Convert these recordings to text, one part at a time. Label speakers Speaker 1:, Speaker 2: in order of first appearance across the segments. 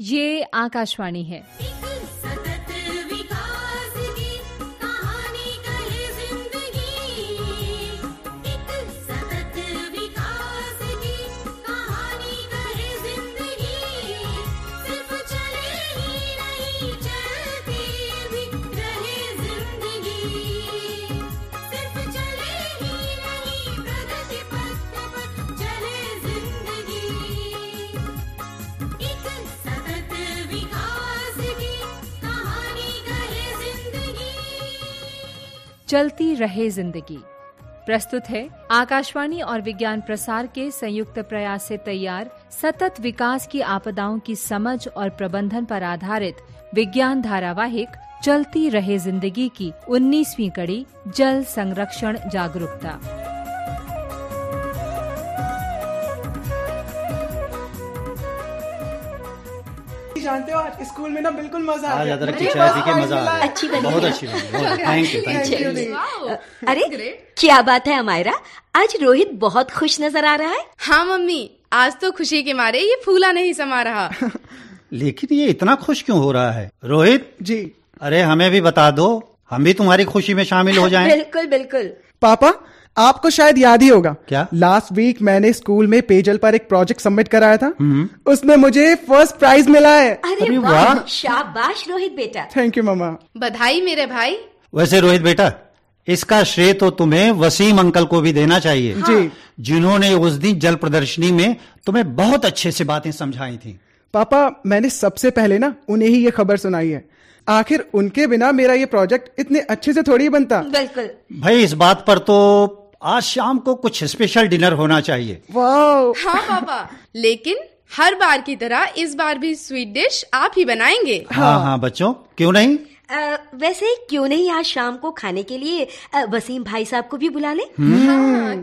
Speaker 1: ये आकाशवाणी है
Speaker 2: एक सतत विकास की कहानी कहे जिंदगी एक सतत विकास की कहानी कहे जिंदगी सिर्फ चले ही नहीं चलते भी रहे जिंदगी सिर्फ चले ही नहीं प्रगति पथ पर चले जिंदगी एक सतत विकास की कहानी कहे जिंदगी
Speaker 1: चलती रहे जिंदगी प्रस्तुत है आकाशवाणी और विज्ञान प्रसार के संयुक्त प्रयास से तैयार सतत विकास की आपदाओं की समझ और प्रबंधन पर आधारित विज्ञान धारावाहिक चलती रहे जिंदगी की 19वीं कड़ी जल संरक्षण जागरूकता
Speaker 3: जानते हो आज स्कूल में ना बिल्कुल मजा आ
Speaker 4: आज
Speaker 3: गया
Speaker 4: अदरक की
Speaker 3: मुझे
Speaker 4: चाय
Speaker 3: बस
Speaker 4: पी के
Speaker 3: और
Speaker 4: मजा आ
Speaker 3: मिला।
Speaker 4: गया
Speaker 5: अच्छी बनी
Speaker 4: बहुत
Speaker 5: है।
Speaker 4: अच्छी बनी thank you thank you
Speaker 3: Thank you.
Speaker 5: अरे क्या बात है अमायरा आज रोहित बहुत खुश नजर आ रहा है
Speaker 6: हाँ मम्मी आज तो खुशी के मारे ये फूला नहीं समा रहा
Speaker 4: लेकिन ये इतना खुश क्यों हो रहा है रोहित
Speaker 3: जी
Speaker 4: अरे हमें भी बता दो हम भी तुम्हारी खुशी में शामिल हो जाएं
Speaker 5: बिल्कुल बिल्कुल
Speaker 3: पापा आपको शायद याद ही होगा
Speaker 4: क्या?
Speaker 3: लास्ट वीक मैंने स्कूल में पेयजल पर एक प्रोजेक्ट सबमिट कराया था उसमें मुझे फर्स्ट प्राइज मिला है
Speaker 5: अरे वाह शाबाश रोहित बेटा
Speaker 3: थैंक यू मम्मा
Speaker 6: बधाई मेरे भाई
Speaker 4: वैसे रोहित बेटा इसका श्रेय तो तुम्हें वसीम अंकल को भी देना चाहिए
Speaker 3: जी।
Speaker 4: जिन्होंने उस दिन जल प्रदर्शनी में तुम्हें बहुत अच्छे से बातें समझाई थी
Speaker 3: पापा मैंने सबसे पहले ना उन्हें ही ये खबर सुनाई है आखिर उनके बिना मेरा ये प्रोजेक्ट इतने अच्छे से थोड़ी बनता
Speaker 5: बिल्कुल
Speaker 4: भाई इस बात पर तो आज शाम को कुछ स्पेशल डिनर होना चाहिए
Speaker 3: वाओ
Speaker 6: हाँ पापा लेकिन हर बार की तरह इस बार भी स्वीट डिश आप ही बनाएंगे
Speaker 4: हाँ हाँ बच्चों क्यों नहीं
Speaker 5: अ, वैसे क्यों नहीं आज शाम को खाने के लिए अ, वसीम भाई साहब को भी बुला ले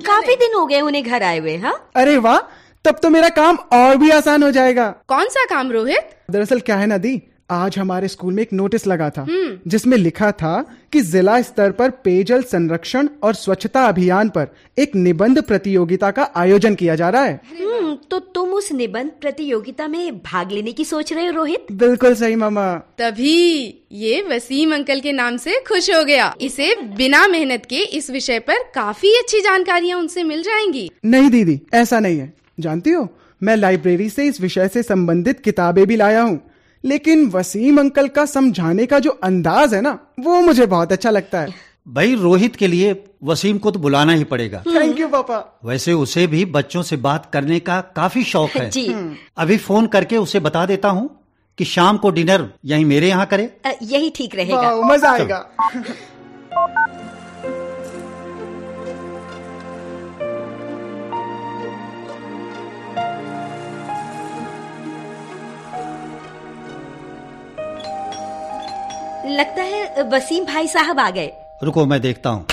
Speaker 5: काफी दिन हो गए उन्हें घर आए हुए हाँ
Speaker 3: अरे वाह तब तो मेरा काम और भी आसान हो जाएगा
Speaker 6: कौन सा काम रोहित
Speaker 3: दरअसल क्या है नदी आज हमारे स्कूल में एक नोटिस लगा था जिसमें लिखा था कि जिला स्तर पर पेयजल संरक्षण और स्वच्छता अभियान पर एक निबंध प्रतियोगिता का आयोजन किया जा रहा है
Speaker 5: हम्म, तो तुम उस निबंध प्रतियोगिता में भाग लेने की सोच रहे हो रोहित
Speaker 3: बिल्कुल सही मामा
Speaker 6: तभी ये वसीम अंकल के नाम से खुश हो गया इसे बिना मेहनत के इस विषय पर काफी अच्छी जानकारियाँ उनसे मिल जाएंगी
Speaker 3: नहीं दीदी ऐसा नहीं है जानती हो मैं लाइब्रेरी से इस विषय से संबंधित किताबें भी लाया हूँ लेकिन वसीम अंकल का समझाने का जो अंदाज है ना वो मुझे बहुत अच्छा लगता है
Speaker 4: भाई रोहित के लिए वसीम को तो बुलाना ही पड़ेगा
Speaker 3: थैंक यू पापा
Speaker 4: वैसे उसे भी बच्चों से बात करने का काफी शौक है
Speaker 5: जी
Speaker 4: अभी फोन करके उसे बता देता हूँ कि शाम को डिनर यहीं मेरे यहाँ करे
Speaker 5: अ, यही ठीक रहेगा
Speaker 3: वाह, मजा आएगा
Speaker 5: लगता है अ, वसीम भाई साहब आ गए
Speaker 4: रुको मैं देखता हूँ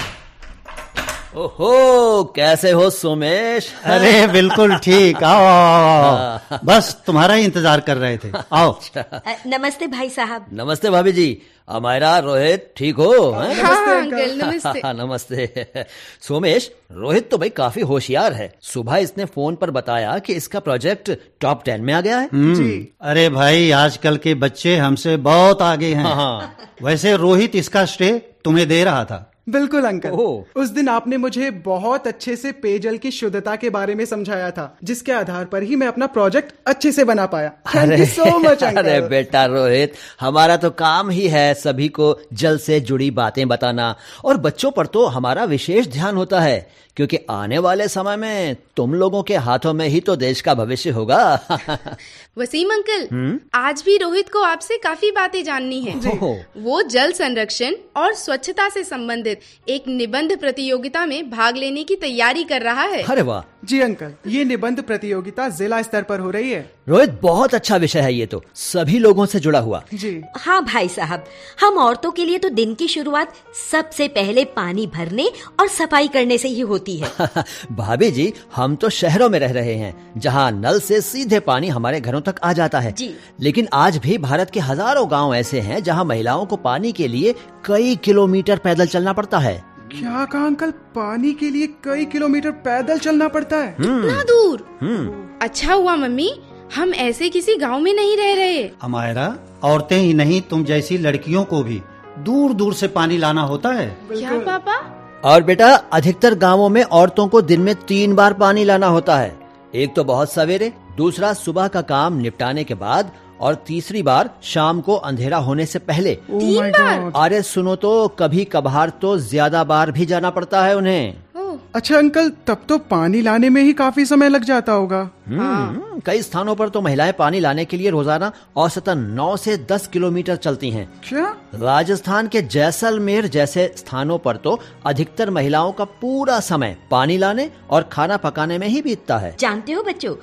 Speaker 7: ओहो कैसे हो सोमेश
Speaker 4: अरे बिल्कुल ठीक आओ आओ, आओ,
Speaker 7: हाँ।
Speaker 4: आओ। बस तुम्हारा ही इंतजार कर रहे थे आओ
Speaker 7: अच्छा।
Speaker 5: अ, नमस्ते भाई साहब
Speaker 7: नमस्ते भाभी जी अमायरा रोहित ठीक हो हैं?
Speaker 6: हाँ अंकल नमस्ते
Speaker 7: हाँ, नमस्ते सोमेश रोहित तो भाई काफी होशियार है सुबह इसने फोन पर बताया कि इसका प्रोजेक्ट टॉप टेन में आ गया है
Speaker 4: हम्म, अरे भाई आजकल के बच्चे हमसे बहुत आगे हैं
Speaker 7: हाँ।
Speaker 4: वैसे रोहित इसका श्रेय तुम्हें दे रहा था
Speaker 3: बिल्कुल अंकल
Speaker 7: ओह।
Speaker 3: उस दिन आपने मुझे बहुत अच्छे से पेयजल की शुद्धता के बारे में समझाया था जिसके आधार पर ही मैं अपना प्रोजेक्ट अच्छे से बना पाया थैंक यू सो मच
Speaker 7: अरे
Speaker 3: अंकल
Speaker 7: बेटा रोहित हमारा तो काम ही है सभी को जल से जुड़ी बातें बताना और बच्चों पर तो हमारा विशेष ध्यान होता है क्योंकि आने वाले समय में तुम लोगों के हाथों में ही तो देश का भविष्य होगा
Speaker 6: वसीम अंकल आज भी रोहित को आपसे काफी बातें जाननी है
Speaker 7: ओहो।
Speaker 6: वो जल संरक्षण और स्वच्छता से संबंधित एक निबंध प्रतियोगिता में भाग लेने की तैयारी कर रहा है
Speaker 7: अरे वाह
Speaker 3: जी अंकल ये निबंध प्रतियोगिता जिला स्तर पर हो रही है
Speaker 7: रोहित बहुत अच्छा विषय है ये तो सभी लोगों से जुड़ा हुआ
Speaker 3: जी
Speaker 5: हाँ भाई साहब हम औरतों के लिए तो दिन की शुरुआत सबसे पहले पानी भरने और सफाई करने से ही होती है
Speaker 4: हाँ।
Speaker 7: भाभी जी हम तो शहरों में रह रहे हैं जहाँ नल से सीधे पानी हमारे घरों तक आ जाता है
Speaker 5: जी।
Speaker 7: लेकिन आज भी भारत के हजारों गांव ऐसे हैं जहाँ महिलाओं को पानी के लिए कई किलोमीटर पैदल चलना पड़ता है
Speaker 3: क्या कहा अंकल पानी के
Speaker 7: हम्म।
Speaker 6: हम्म।
Speaker 3: लिए कई किलोमीटर पैदल चलना पड़ता है
Speaker 6: इतना दूर अच्छा हुआ मम्मी हम ऐसे किसी गांव में नहीं रह रहे
Speaker 4: हमारा औरतें ही नहीं तुम जैसी लड़कियों को भी दूर दूर से पानी लाना होता है
Speaker 6: क्या पापा
Speaker 7: और बेटा अधिकतर गांवों में औरतों को दिन में तीन बार पानी लाना होता है एक तो बहुत सवेरे दूसरा सुबह का काम निपटाने के बाद और तीसरी बार शाम को अंधेरा होने से पहले
Speaker 3: Oh my God.
Speaker 7: अरे सुनो तो कभी कभार तो ज्यादा बार भी जाना पड़ता है उन्हें
Speaker 3: अच्छा अंकल तब तो पानी लाने में ही काफी समय लग जाता होगा
Speaker 7: हम्म, कई स्थानों पर तो महिलाएं पानी लाने के लिए रोजाना औसतन 9 से 10 किलोमीटर चलती हैं।
Speaker 3: क्या
Speaker 7: राजस्थान के जैसलमेर जैसे स्थानों पर तो अधिकतर महिलाओं का पूरा समय पानी लाने और खाना पकाने में ही बीतता है
Speaker 5: जानते हो बच्चों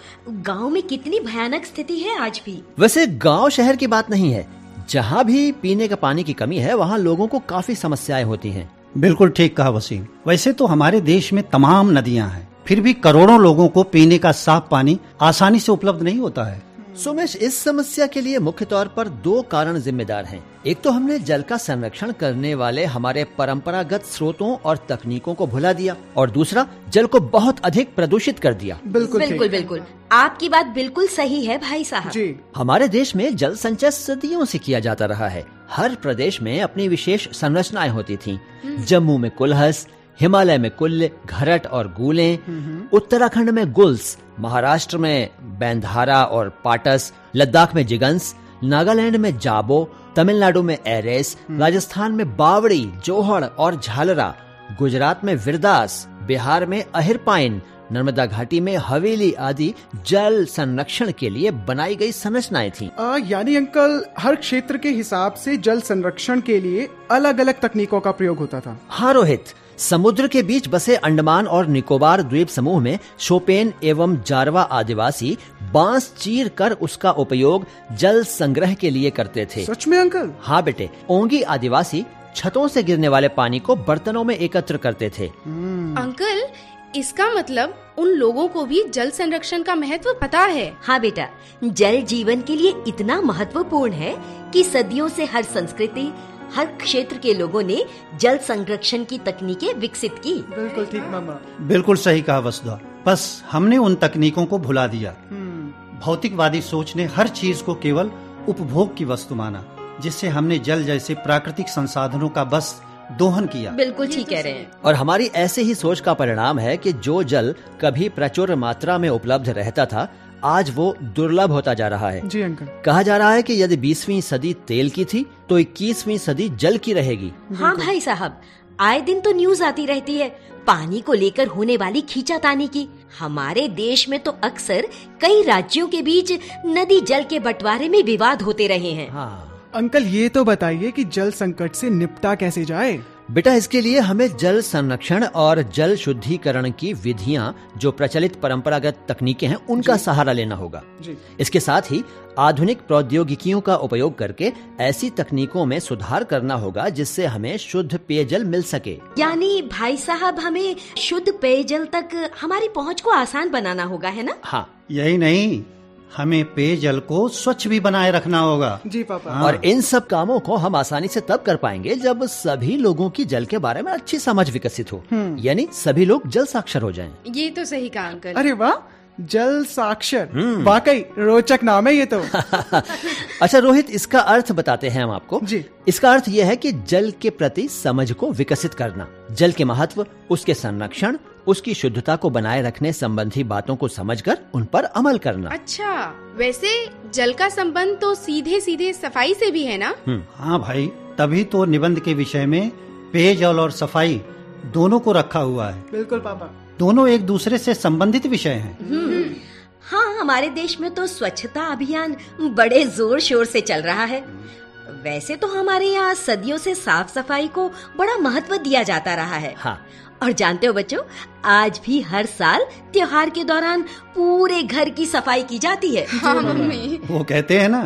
Speaker 5: गांव में कितनी भयानक स्थिति है आज भी
Speaker 7: वैसे गांव शहर की बात नहीं है जहाँ भी पीने का पानी की कमी है वहाँ लोगों को काफी समस्याएं होती हैं।
Speaker 4: बिल्कुल ठीक कहा वसीम वैसे तो हमारे देश में तमाम नदियां हैं फिर भी करोड़ों लोगों को पीने का साफ पानी आसानी से उपलब्ध नहीं होता है
Speaker 7: सुमेश इस समस्या के लिए मुख्य तौर पर दो कारण जिम्मेदार हैं। एक तो हमने जल का संरक्षण करने वाले हमारे परंपरागत स्रोतों और तकनीकों को भुला दिया और दूसरा जल को बहुत अधिक प्रदूषित कर दिया
Speaker 3: बिल्कुल ठीक।
Speaker 5: बिल्कुल बिल्कुल आपकी बात बिल्कुल सही है भाई साहब
Speaker 3: जी
Speaker 7: हमारे देश में जल संचय सदियों से किया जाता रहा है हर प्रदेश में अपनी विशेष संरचनाएं होती थीं। जम्मू में कुलहस हिमालय में कुल्ल घरट और गूले उत्तराखंड में गुल्स महाराष्ट्र में बैंधारा और पाटस लद्दाख में जिगंस नागालैंड में जाबो तमिलनाडु में एरेस राजस्थान में बावड़ी जोहड़ और झालरा गुजरात में विरदास बिहार में अहिरपाइन नर्मदा घाटी में हवेली आदि जल संरक्षण के लिए बनाई गई संरचनाएं थीं।
Speaker 3: आ, यानी अंकल हर क्षेत्र के हिसाब से जल संरक्षण के लिए अलग अलग तकनीकों का प्रयोग होता था
Speaker 7: हाँ रोहित समुद्र के बीच बसे अंडमान और निकोबार द्वीप समूह में शोपेन एवं जारवा आदिवासी बांस चीर कर उसका उपयोग जल संग्रह के लिए करते थे
Speaker 3: सच में अंकल
Speaker 7: हाँ बेटे ओंगी आदिवासी छतों से गिरने वाले पानी को बर्तनों में एकत्र करते थे
Speaker 6: अंकल इसका मतलब उन लोगों को भी जल संरक्षण का महत्व पता है
Speaker 5: हाँ बेटा जल जीवन के लिए इतना महत्वपूर्ण है कि सदियों से हर संस्कृति हर क्षेत्र के लोगों ने जल संरक्षण की तकनीकें विकसित की
Speaker 3: बिल्कुल ठीक मामा
Speaker 4: बिल्कुल सही कहा वसुधा बस हमने उन तकनीकों को भुला दिया भौतिकवादी सोच ने हर चीज को केवल उपभोग की वस्तु माना जिससे हमने जल जैसे प्राकृतिक संसाधनों का बस दोहन किया
Speaker 5: बिल्कुल ठीक कह रहे हैं
Speaker 7: और हमारी ऐसे ही सोच का परिणाम है कि जो जल कभी प्रचुर मात्रा में उपलब्ध रहता था आज वो दुर्लभ होता जा रहा है
Speaker 3: जी अंकल
Speaker 7: कहा जा रहा है कि यदि 20वीं सदी तेल की थी तो 21वीं सदी जल की रहेगी
Speaker 5: हाँ भाई साहब आए दिन तो न्यूज आती रहती है पानी को लेकर होने वाली खींचातानी की हमारे देश में तो अक्सर कई राज्यों के बीच नदी जल के बंटवारे में विवाद होते रहे हैं
Speaker 7: हाँ
Speaker 3: अंकल ये तो बताइए कि जल संकट से निपटा कैसे जाए
Speaker 7: बेटा इसके लिए हमें जल संरक्षण और जल शुद्धिकरण की विधियां जो प्रचलित परंपरागत तकनीकें हैं उनका सहारा लेना होगा
Speaker 3: जी
Speaker 7: इसके साथ ही आधुनिक प्रौद्योगिकियों का उपयोग करके ऐसी तकनीकों में सुधार करना होगा जिससे हमें शुद्ध पेयजल मिल सके
Speaker 5: यानी भाई साहब हमें शुद्ध पेयजल तक हमारी पहुंच को आसान बनाना होगा है ना
Speaker 7: हाँ
Speaker 4: यही नहीं हमें पेयजल को स्वच्छ भी बनाए रखना होगा
Speaker 3: जी पापा
Speaker 4: हाँ।
Speaker 7: और इन सब कामों को हम आसानी से तब कर पाएंगे जब सभी लोगों की जल के बारे में अच्छी समझ विकसित हो यानी सभी लोग जल साक्षर हो जाएं।
Speaker 6: ये तो सही कहा अंकल
Speaker 3: अरे वाह जल साक्षर वाकई रोचक नाम है ये तो
Speaker 7: अच्छा रोहित इसका अर्थ बताते हैं हम आपको
Speaker 3: जी।
Speaker 7: इसका अर्थ यह है कि जल के प्रति समझ को विकसित करना जल के महत्व उसके संरक्षण उसकी शुद्धता को बनाए रखने संबंधी बातों को समझकर उन पर अमल करना
Speaker 6: अच्छा वैसे जल का संबंध तो सीधे सीधे सफाई से भी है ना
Speaker 4: हाँ भाई तभी तो निबंध के विषय में पेयजल और सफाई दोनों को रखा हुआ है
Speaker 3: बिल्कुल पापा
Speaker 4: दोनों एक दूसरे से संबंधित विषय हैं
Speaker 5: हाँ हमारे देश में तो स्वच्छता अभियान बड़े जोर शोर से चल रहा है वैसे तो हमारे यहाँ सदियों से साफ सफाई को बड़ा महत्व दिया जाता रहा है
Speaker 7: हाँ
Speaker 5: और जानते हो बच्चों आज भी हर साल त्योहार के दौरान पूरे घर की सफाई की जाती है
Speaker 6: हाँ मम्मी
Speaker 4: वो कहते हैं ना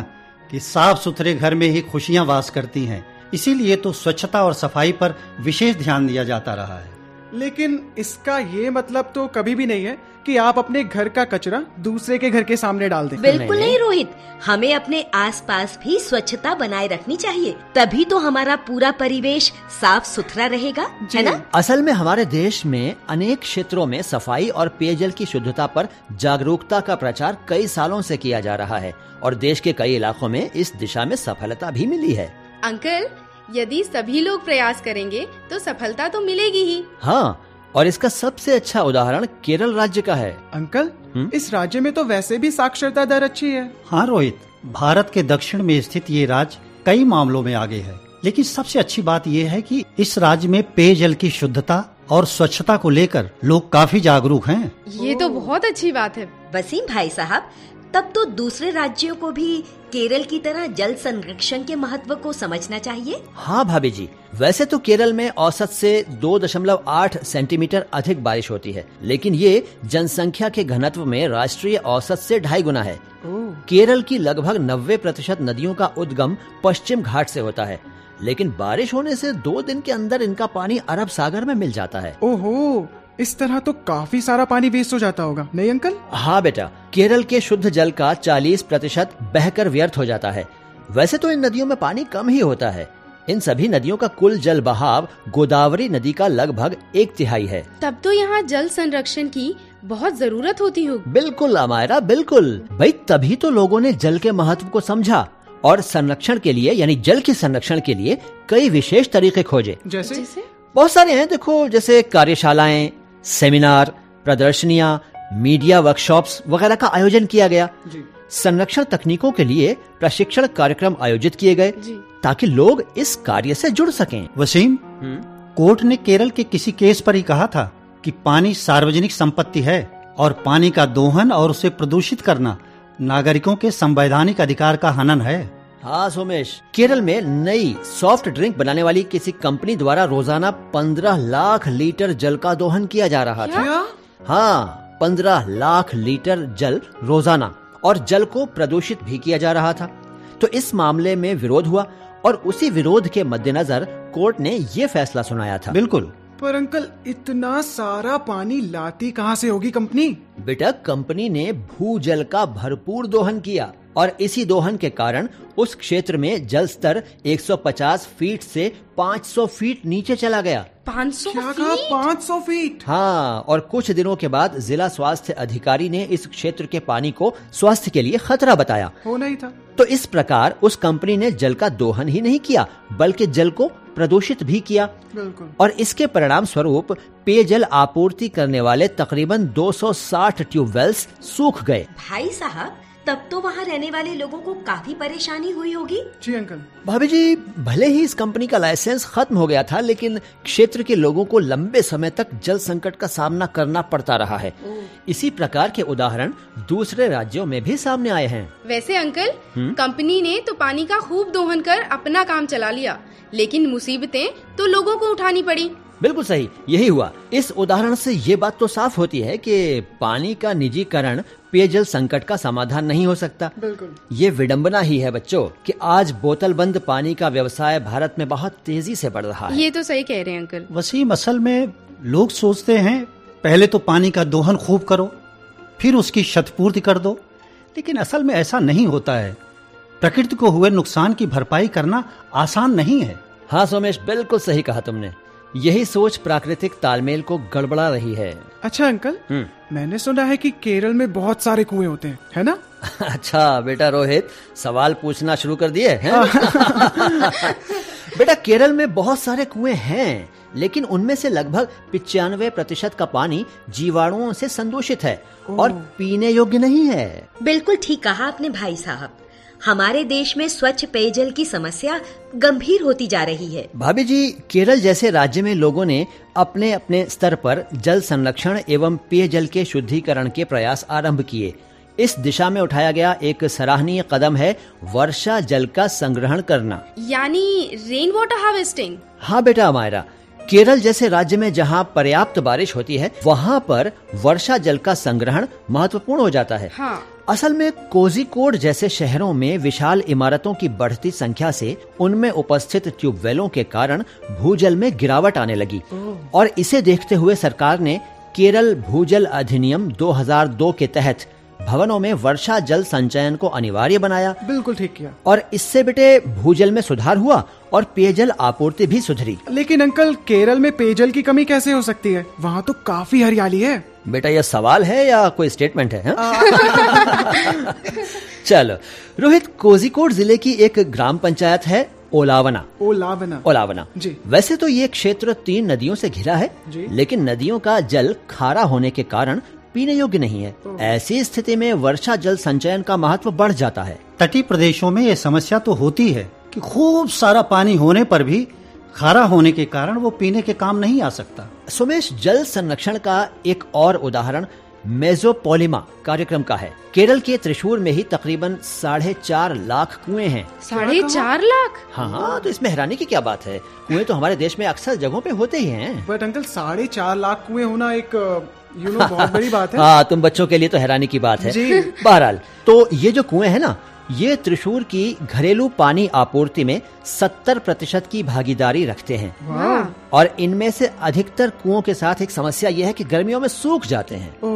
Speaker 4: कि साफ सुथरे घर में ही खुशियां वास करती हैं इसीलिए तो स्वच्छता और सफाई पर विशेष ध्यान दिया जाता रहा है
Speaker 3: लेकिन इसका ये मतलब तो कभी भी नहीं है कि आप अपने घर का कचरा दूसरे के घर के सामने डाल दें
Speaker 5: बिल्कुल नहीं रोहित हमें अपने आसपास भी स्वच्छता बनाए रखनी चाहिए तभी तो हमारा पूरा परिवेश साफ सुथरा रहेगा है ना
Speaker 7: असल में हमारे देश में अनेक क्षेत्रों में सफाई और पेयजल की शुद्धता पर जागरूकता का प्रचार कई सालों से किया जा रहा है और देश के कई इलाकों में इस दिशा में सफलता भी मिली है
Speaker 6: अंकल यदि सभी लोग प्रयास करेंगे तो सफलता तो मिलेगी ही
Speaker 7: हाँ और इसका सबसे अच्छा उदाहरण केरल राज्य का है
Speaker 3: अंकल
Speaker 7: हम्म?
Speaker 3: इस राज्य में तो वैसे भी साक्षरता दर अच्छी है
Speaker 4: हाँ रोहित भारत के दक्षिण में स्थित ये राज्य कई मामलों में आगे है लेकिन सबसे अच्छी बात यह है कि इस राज्य में पेयजल की शुद्धता और स्वच्छता को लेकर लोग काफी जागरूक हैं
Speaker 6: ये तो बहुत अच्छी बात है
Speaker 5: वसीम भाई साहब तब तो दूसरे राज्यों को भी केरल की तरह जल संरक्षण के महत्व को समझना चाहिए
Speaker 7: हाँ भाभी जी वैसे तो केरल में औसत से 2.8 सेंटीमीटर अधिक बारिश होती है लेकिन ये जनसंख्या के घनत्व में राष्ट्रीय औसत से ढाई गुना है केरल की लगभग 90 प्रतिशत नदियों का उद्गम पश्चिम घाट से होता है लेकिन बारिश होने से दो दिन के अंदर इनका पानी अरब सागर में मिल जाता है
Speaker 3: ओहो इस तरह तो काफी सारा पानी वेस्ट हो जाता होगा नहीं अंकल
Speaker 7: हाँ बेटा केरल के शुद्ध जल का 40 प्रतिशत बहकर व्यर्थ हो जाता है वैसे तो इन नदियों में पानी कम ही होता है इन सभी नदियों का कुल जल बहाव गोदावरी नदी का लगभग एक तिहाई है
Speaker 6: तब तो यहाँ जल संरक्षण की बहुत जरूरत होती होगी
Speaker 7: बिल्कुल अमायरा बिल्कुल भाई तभी तो लोगों ने जल के महत्व को समझा और संरक्षण के लिए यानी जल के संरक्षण के लिए कई विशेष तरीके खोजे
Speaker 3: जैसे
Speaker 6: जैसे
Speaker 7: बहुत सारे हैं देखो जैसे कार्यशालाएं सेमिनार प्रदर्शनियां मीडिया वर्कशॉप्स वगैरह का आयोजन किया गया
Speaker 3: जी
Speaker 7: संरक्षण तकनीकों के लिए प्रशिक्षण कार्यक्रम आयोजित किए गए
Speaker 6: जी
Speaker 7: ताकि लोग इस कार्य से जुड़ सकें
Speaker 4: वसीम कोर्ट ने केरल के किसी केस पर ही कहा था कि पानी सार्वजनिक संपत्ति है और पानी का दोहन और उसे प्रदूषित करना नागरिकों के संवैधानिक अधिकार का हनन है
Speaker 7: हाँ सोमेश केरल में नई सॉफ्ट ड्रिंक बनाने वाली किसी कंपनी द्वारा रोजाना 15 लाख लीटर जल का दोहन किया जा रहा था हाँ 15 लाख लीटर जल रोजाना और जल को प्रदूषित भी किया जा रहा था तो इस मामले में विरोध हुआ और उसी विरोध के मद्देनजर कोर्ट ने ये फैसला सुनाया था
Speaker 4: बिल्कुल
Speaker 3: पर अंकल इतना सारा पानी लाती कहाँ से होगी कंपनी
Speaker 7: बेटा कंपनी ने भूजल का भरपूर दोहन किया और इसी दोहन के कारण उस क्षेत्र में जल स्तर 150 फीट से 500 फीट नीचे चला गया
Speaker 6: पाँच सौ
Speaker 3: क्या कहा पाँच सौ फीट
Speaker 7: हाँ और कुछ दिनों के बाद जिला स्वास्थ्य अधिकारी ने इस क्षेत्र के पानी को स्वास्थ्य के लिए खतरा बताया
Speaker 3: होना ही था
Speaker 7: तो इस प्रकार उस कंपनी ने जल का दोहन ही नहीं किया बल्कि जल को प्रदूषित भी किया
Speaker 3: बिल्कुल
Speaker 7: और इसके परिणाम स्वरूप पेयजल आपूर्ति करने वाले तकरीबन 260 ट्यूबवेल्स सूख गए
Speaker 5: भाई साहब तब तो वहाँ रहने वाले लोगों को काफी परेशानी हुई होगी
Speaker 3: जी अंकल
Speaker 7: भाभी जी भले ही इस कंपनी का लाइसेंस खत्म हो गया था लेकिन क्षेत्र के लोगों को लंबे समय तक जल संकट का सामना करना पड़ता रहा है इसी प्रकार के उदाहरण दूसरे राज्यों में भी सामने आए हैं
Speaker 6: वैसे अंकल कंपनी ने तो पानी का खूब दोहन कर अपना काम चला लिया लेकिन मुसीबतें तो लोगों को उठानी पड़ी
Speaker 7: बिल्कुल सही यही हुआ इस उदाहरण से ये बात तो साफ होती है कि पानी का निजीकरण पेयजल संकट का समाधान नहीं हो सकता
Speaker 3: बिल्कुल
Speaker 7: ये विडंबना ही है बच्चों कि आज बोतलबंद पानी का व्यवसाय भारत में बहुत तेजी से बढ़ रहा है
Speaker 6: ये तो सही कह रहे हैं अंकल
Speaker 4: वसीम असल में लोग सोचते हैं पहले तो पानी का दोहन खूब करो फिर उसकी क्षतपूर्ति कर दो लेकिन असल में ऐसा नहीं होता है प्रकृति को हुए नुकसान की भरपाई करना आसान नहीं है
Speaker 7: हाँ सोमेश बिल्कुल सही कहा तुमने यही सोच प्राकृतिक तालमेल को गड़बड़ा रही है
Speaker 3: अच्छा अंकल
Speaker 7: हम्म।
Speaker 3: मैंने सुना है कि केरल में बहुत सारे कुएं होते हैं है ना
Speaker 7: अच्छा बेटा रोहित सवाल पूछना शुरू कर दिए हैं बेटा केरल में बहुत सारे कुएं हैं लेकिन उनमें से लगभग पिचानवे प्रतिशत का पानी जीवाणुओं से संदूषित है और पीने योग्य नहीं है
Speaker 5: बिल्कुल ठीक कहा आपने भाई साहब हमारे देश में स्वच्छ पेयजल की समस्या गंभीर होती जा रही है
Speaker 7: भाभी जी केरल जैसे राज्य में लोगों ने अपने अपने स्तर पर जल संरक्षण एवं पेयजल के शुद्धिकरण के प्रयास आरंभ किए इस दिशा में उठाया गया एक सराहनीय कदम है वर्षा जल का संग्रहण करना
Speaker 6: यानी रेन वाटर हार्वेस्टिंग
Speaker 7: हाँ बेटा मायरा केरल जैसे राज्य में जहाँ पर्याप्त बारिश होती है वहाँ पर वर्षा जल का संग्रहण महत्वपूर्ण हो जाता है
Speaker 6: हाँ
Speaker 7: असल में कोजिकोड जैसे शहरों में विशाल इमारतों की बढ़ती संख्या से उनमें उपस्थित ट्यूबवेलों के कारण भूजल में गिरावट आने लगी और इसे देखते हुए सरकार ने केरल भूजल अधिनियम 2002 के तहत भवनों में वर्षा जल संचयन को अनिवार्य बनाया
Speaker 3: बिल्कुल ठीक किया
Speaker 7: और इससे बेटे भूजल में सुधार हुआ और पेयजल आपूर्ति भी सुधरी
Speaker 3: लेकिन अंकल केरल में पेयजल की कमी कैसे हो सकती है वहाँ तो काफी हरियाली है
Speaker 7: बेटा यह सवाल है या कोई स्टेटमेंट है हाँ? चलो रोहित कोजिकोड जिले की एक ग्राम पंचायत है ओलावना
Speaker 3: ओ लावना
Speaker 7: ओलावना
Speaker 3: जी।
Speaker 7: वैसे तो ये क्षेत्र तीन नदियों से घिरा है
Speaker 3: जी।
Speaker 7: लेकिन नदियों का जल खारा होने के कारण पीने योग्य नहीं है ऐसी स्थिति में वर्षा जल संचयन का महत्व बढ़ जाता है
Speaker 4: तटीय प्रदेशों में ये समस्या तो होती है कि खूब सारा पानी होने पर भी खारा होने के कारण वो पीने के काम नहीं आ सकता
Speaker 7: सुमेश जल संरक्षण का एक और उदाहरण मेजोपोलिमा कार्यक्रम का है केरल के त्रिशूर में ही तकरीबन साढ़े चार लाख कुएं हैं
Speaker 6: साढ़े चार लाख
Speaker 7: हाँ हाँ तो इसमें हैरानी की क्या बात है कुएं तो हमारे देश में अक्सर जगहों पे होते ही हैं
Speaker 3: बट अंकल साढ़े चार लाख कुएं होना एक यू नो बहुत बड़ी बात है
Speaker 7: हाँ तुम बच्चों के लिए तो हैरानी की बात है
Speaker 3: जी।
Speaker 7: बहरहाल तो ये जो कुएं है ना ये त्रिशूर की घरेलू पानी आपूर्ति में 70 प्रतिशत की भागीदारी रखते हैं
Speaker 3: वाह
Speaker 7: और इनमें से अधिकतर कुओं के साथ एक समस्या यह है कि गर्मियों में सूख जाते हैं
Speaker 3: ओ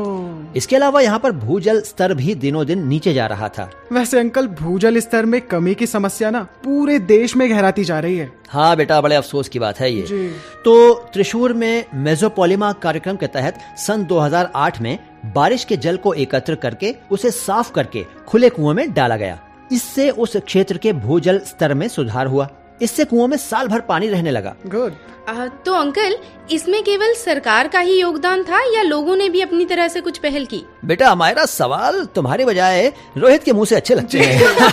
Speaker 7: इसके अलावा यहाँ पर भूजल स्तर भी दिनों दिन नीचे जा रहा था
Speaker 3: वैसे अंकल भूजल स्तर में कमी की समस्या ना पूरे देश में गहराती जा रही है
Speaker 7: हाँ बेटा बड़े अफसोस की बात है ये
Speaker 3: जी।
Speaker 7: तो त्रिशूर में मेजोपोलिमा कार्यक्रम के तहत सन 2008 में बारिश के जल को एकत्र करके उसे साफ करके खुले कुएं में डाला गया इससे उस क्षेत्र के भूजल स्तर में सुधार हुआ इससे कुओं में साल भर पानी रहने लगा
Speaker 3: गुड
Speaker 6: आ, तो अंकल इसमें केवल सरकार का ही योगदान था या लोगों ने भी अपनी तरह से कुछ पहल की
Speaker 7: बेटा हमारा सवाल तुम्हारे बजाय रोहित के मुंह से अच्छे लगते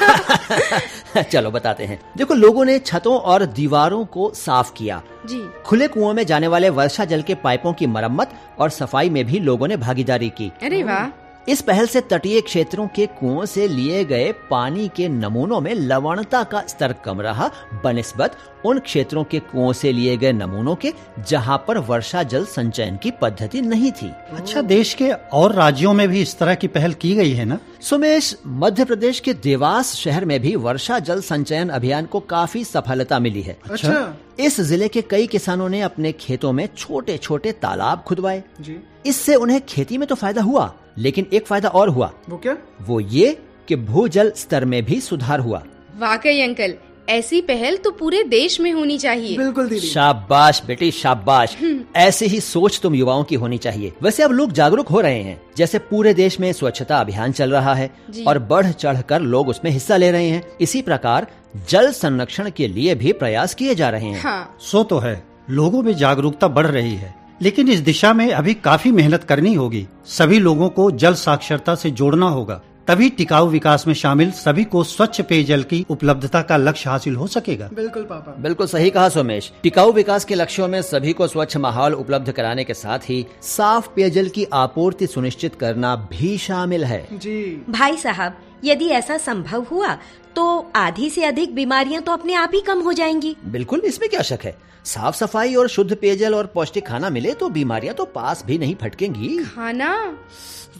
Speaker 7: हैं चलो बताते हैं देखो लोगों ने छतों और दीवारों को साफ किया
Speaker 6: जी
Speaker 7: खुले कुओं में जाने वाले वर्षा जल के पाइपों की मरम्मत और सफाई में भी लोगों ने भागीदारी की
Speaker 6: अरे वाह
Speaker 7: इस पहल से तटीय क्षेत्रों के कुओं से लिए गए पानी के नमूनों में लवणता का स्तर कम रहा बनस्बत उन क्षेत्रों के कुओं से लिए गए नमूनों के जहां पर वर्षा जल संचयन की पद्धति नहीं थी
Speaker 4: अच्छा देश के और राज्यों में भी इस तरह की पहल की गई है ना
Speaker 7: सुमेश मध्य प्रदेश के देवास शहर में भी वर्षा जल संचयन अभियान को काफी सफलता मिली है
Speaker 3: अच्छा
Speaker 7: इस जिले के कई किसानों ने अपने खेतों में छोटे छोटे तालाब खुदवाए
Speaker 3: जी
Speaker 7: इससे उन्हें खेती में तो फायदा हुआ लेकिन एक फायदा और हुआ
Speaker 3: वो क्या
Speaker 7: वो ये कि भूजल स्तर में भी सुधार हुआ
Speaker 6: वाकई अंकल ऐसी पहल तो पूरे देश में होनी चाहिए
Speaker 3: बिल्कुल दीदी
Speaker 7: शाबाश बेटी शाबाश
Speaker 6: हम्म।
Speaker 7: ऐसी ही सोच तुम युवाओं की होनी चाहिए वैसे अब लोग जागरूक हो रहे हैं जैसे पूरे देश में स्वच्छता अभियान चल रहा है
Speaker 6: जी।
Speaker 7: और बढ़ चढ़ कर लोग उसमें हिस्सा ले रहे हैं इसी प्रकार जल संरक्षण के लिए भी प्रयास किए जा रहे हैं
Speaker 6: हाँ
Speaker 4: सो तो है लोगों में जागरूकता बढ़ रही है लेकिन इस दिशा में अभी काफी मेहनत करनी होगी सभी लोगों को जल साक्षरता से जोड़ना होगा तभी टिकाऊ विकास में शामिल सभी को स्वच्छ पेयजल की उपलब्धता का लक्ष्य हासिल हो सकेगा
Speaker 3: बिल्कुल पापा
Speaker 7: बिल्कुल सही कहा सोमेश टिकाऊ विकास के लक्ष्यों में सभी को स्वच्छ माहौल उपलब्ध कराने के साथ ही साफ पेयजल की आपूर्ति सुनिश्चित करना भी शामिल है
Speaker 3: जी
Speaker 5: भाई साहब यदि ऐसा संभव हुआ तो आधी से अधिक बीमारियां तो अपने आप ही कम हो जाएंगी
Speaker 7: बिल्कुल इसमें क्या शक है साफ सफाई और शुद्ध पेयजल और पौष्टिक खाना मिले तो बीमारियां तो पास भी नहीं फटकेंगी
Speaker 6: खाना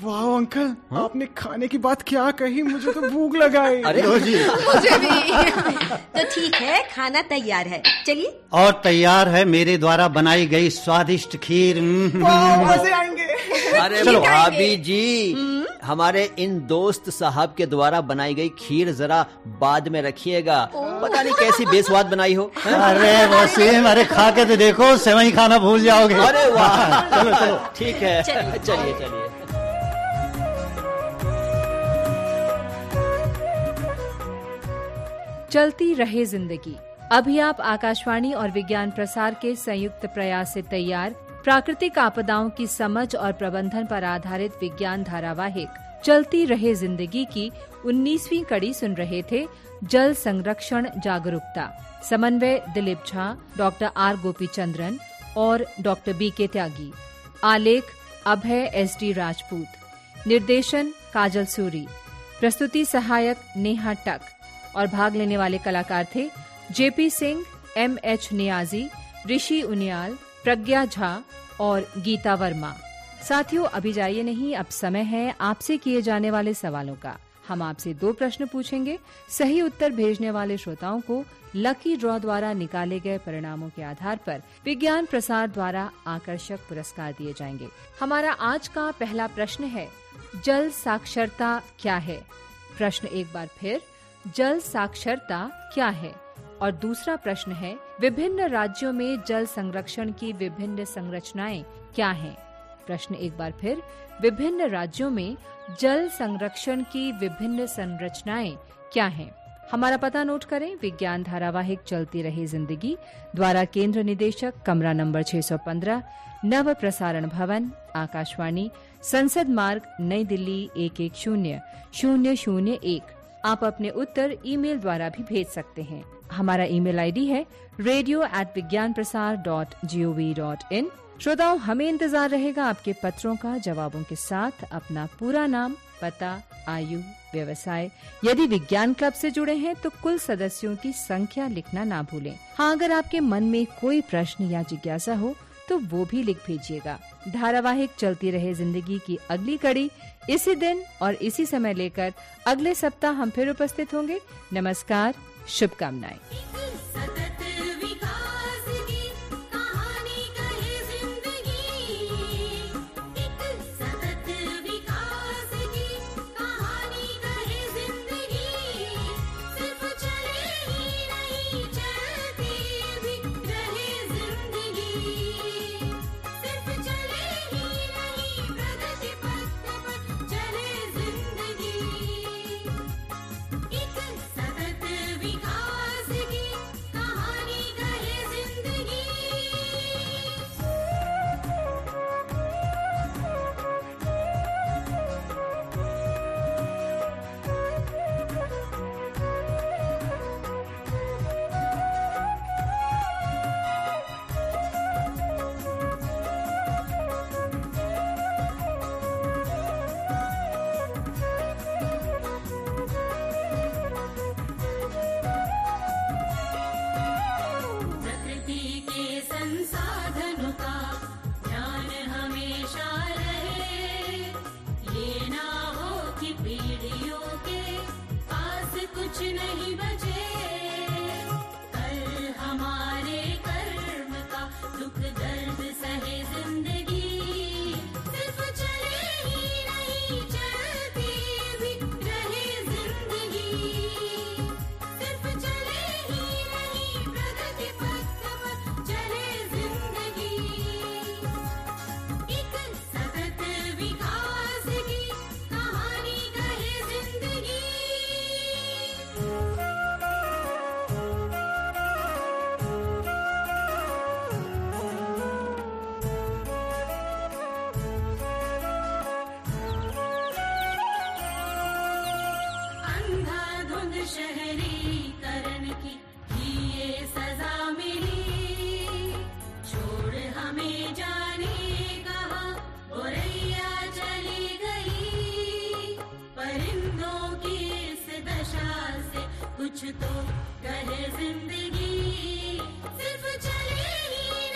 Speaker 3: वाह अंकल आपने खाने की बात क्या कही मुझे तो भूख लगाई
Speaker 7: अरे
Speaker 6: मुझे भी
Speaker 5: तो ठीक है खाना तैयार है चलिए
Speaker 4: और तैयार है मेरे द्वारा बनाई गई स्वादिष्ट खीर हम्म।
Speaker 3: वाह, मजे आएंगे
Speaker 7: अरे भाभी जी हमारे इन दोस्त साहब के द्वारा बनाई गई खीर जरा बाद में रखिएगा पता नहीं कैसी बेस्वाद बनाई हो हैं?
Speaker 4: अरे वसीम अरे खा के तो देखो सेवई खाना भूल जाओगे
Speaker 7: अरे वाह चलो चलो ठीक है
Speaker 5: चलिए।
Speaker 7: चलिए चलिए
Speaker 1: चलती रहे जिंदगी अभी आप आकाशवाणी और विज्ञान प्रसार के संयुक्त प्रयास से तैयार प्राकृतिक आपदाओं की समझ और प्रबंधन पर आधारित विज्ञान धारावाहिक चलती रहे जिंदगी की 19वीं कड़ी सुन रहे थे जल संरक्षण जागरूकता समन्वय दिलीप झा डॉक्टर आर गोपीचंद्रन और डॉक्टर बी के त्यागी आलेख अभय एस डी राजपूत निर्देशन काजल सूरी प्रस्तुति सहायक नेहा टक और भाग लेने वाले कलाकार थे JP Singh M H Niazi Rishi Uniyal Pragya Jha और गीता वर्मा साथियों अभी जाइए नहीं अब समय है आपसे किए जाने वाले सवालों का हम आपसे दो प्रश्न पूछेंगे सही उत्तर भेजने वाले श्रोताओं को लकी ड्रॉ द्वारा निकाले गए परिणामों के आधार पर विज्ञान प्रसार द्वारा आकर्षक पुरस्कार दिए जाएंगे हमारा आज का पहला प्रश्न है जल साक्षरता क्या है प्रश्न एक बार फिर जल साक्षरता क्या है और दूसरा प्रश्न है विभिन्न राज्यों में जल संरक्षण की विभिन्न संरचनाएं क्या हैं? प्रश्न एक बार फिर विभिन्न राज्यों में जल संरक्षण की विभिन्न संरचनाएं क्या हैं? हमारा पता नोट करें विज्ञान धारावाहिक चलती रही जिंदगी द्वारा केंद्र निदेशक कमरा नंबर 615 नव प्रसारण भवन आकाशवाणी संसद मार्ग नई दिल्ली एक एक शून्य शून्य शून्य एक आप अपने उत्तर ईमेल द्वारा भी भेज सकते हैं हमारा ईमेल आईडी है radio at Vigyan Prasar dot G O V dot in श्रोताओं हमें इंतजार रहेगा आपके पत्रों का जवाबों के साथ अपना पूरा नाम पता आयु व्यवसाय यदि विज्ञान क्लब से जुड़े हैं तो कुल सदस्यों की संख्या लिखना ना भूलें हाँ अगर आपके मन में कोई प्रश्न या जिज्ञासा हो तो वो भी लिख भेजिएगा धारावाहिक चलती रहे जिंदगी की अगली कड़ी इसी दिन और इसी समय लेकर अगले सप्ताह हम फिर उपस्थित होंगे नमस्कार शुभकामनाएं
Speaker 2: एक सतत विकास की कहानी कहे जिंदगी एक सतत विकास की कहानी कहे जिंदगी सिर्फ चले ही नहीं चलते भी रहे जिंदगी सिर्फ चले ही नहीं प्रगति पथ पर चले जिंदगी एक सतत विकास की कहानी कहे जिंदगी प्रकृति के संसाधनों का ध्यान हमेशा रहे ये ना हो कि पीढ़ियों के पास कुछ नहीं बचे कल हमारे कर्म का दुख दर्द सहे जिंदगी सिर्फ चले ही नहीं चलते भी रहे जिंदगी सिर्फ चले ही नहीं प्रगति पथ पर चले जिंदगी एक सतत विकास की कहानी कहे जिंदगी अंधाधुंध शहरीकरण की ही ये सजा मिली छोड़ हमें जाने कहा गोरैया चली गई परिंदों की इस दशा से कुछ तो कहे जिंदगी सिर्फ चले ही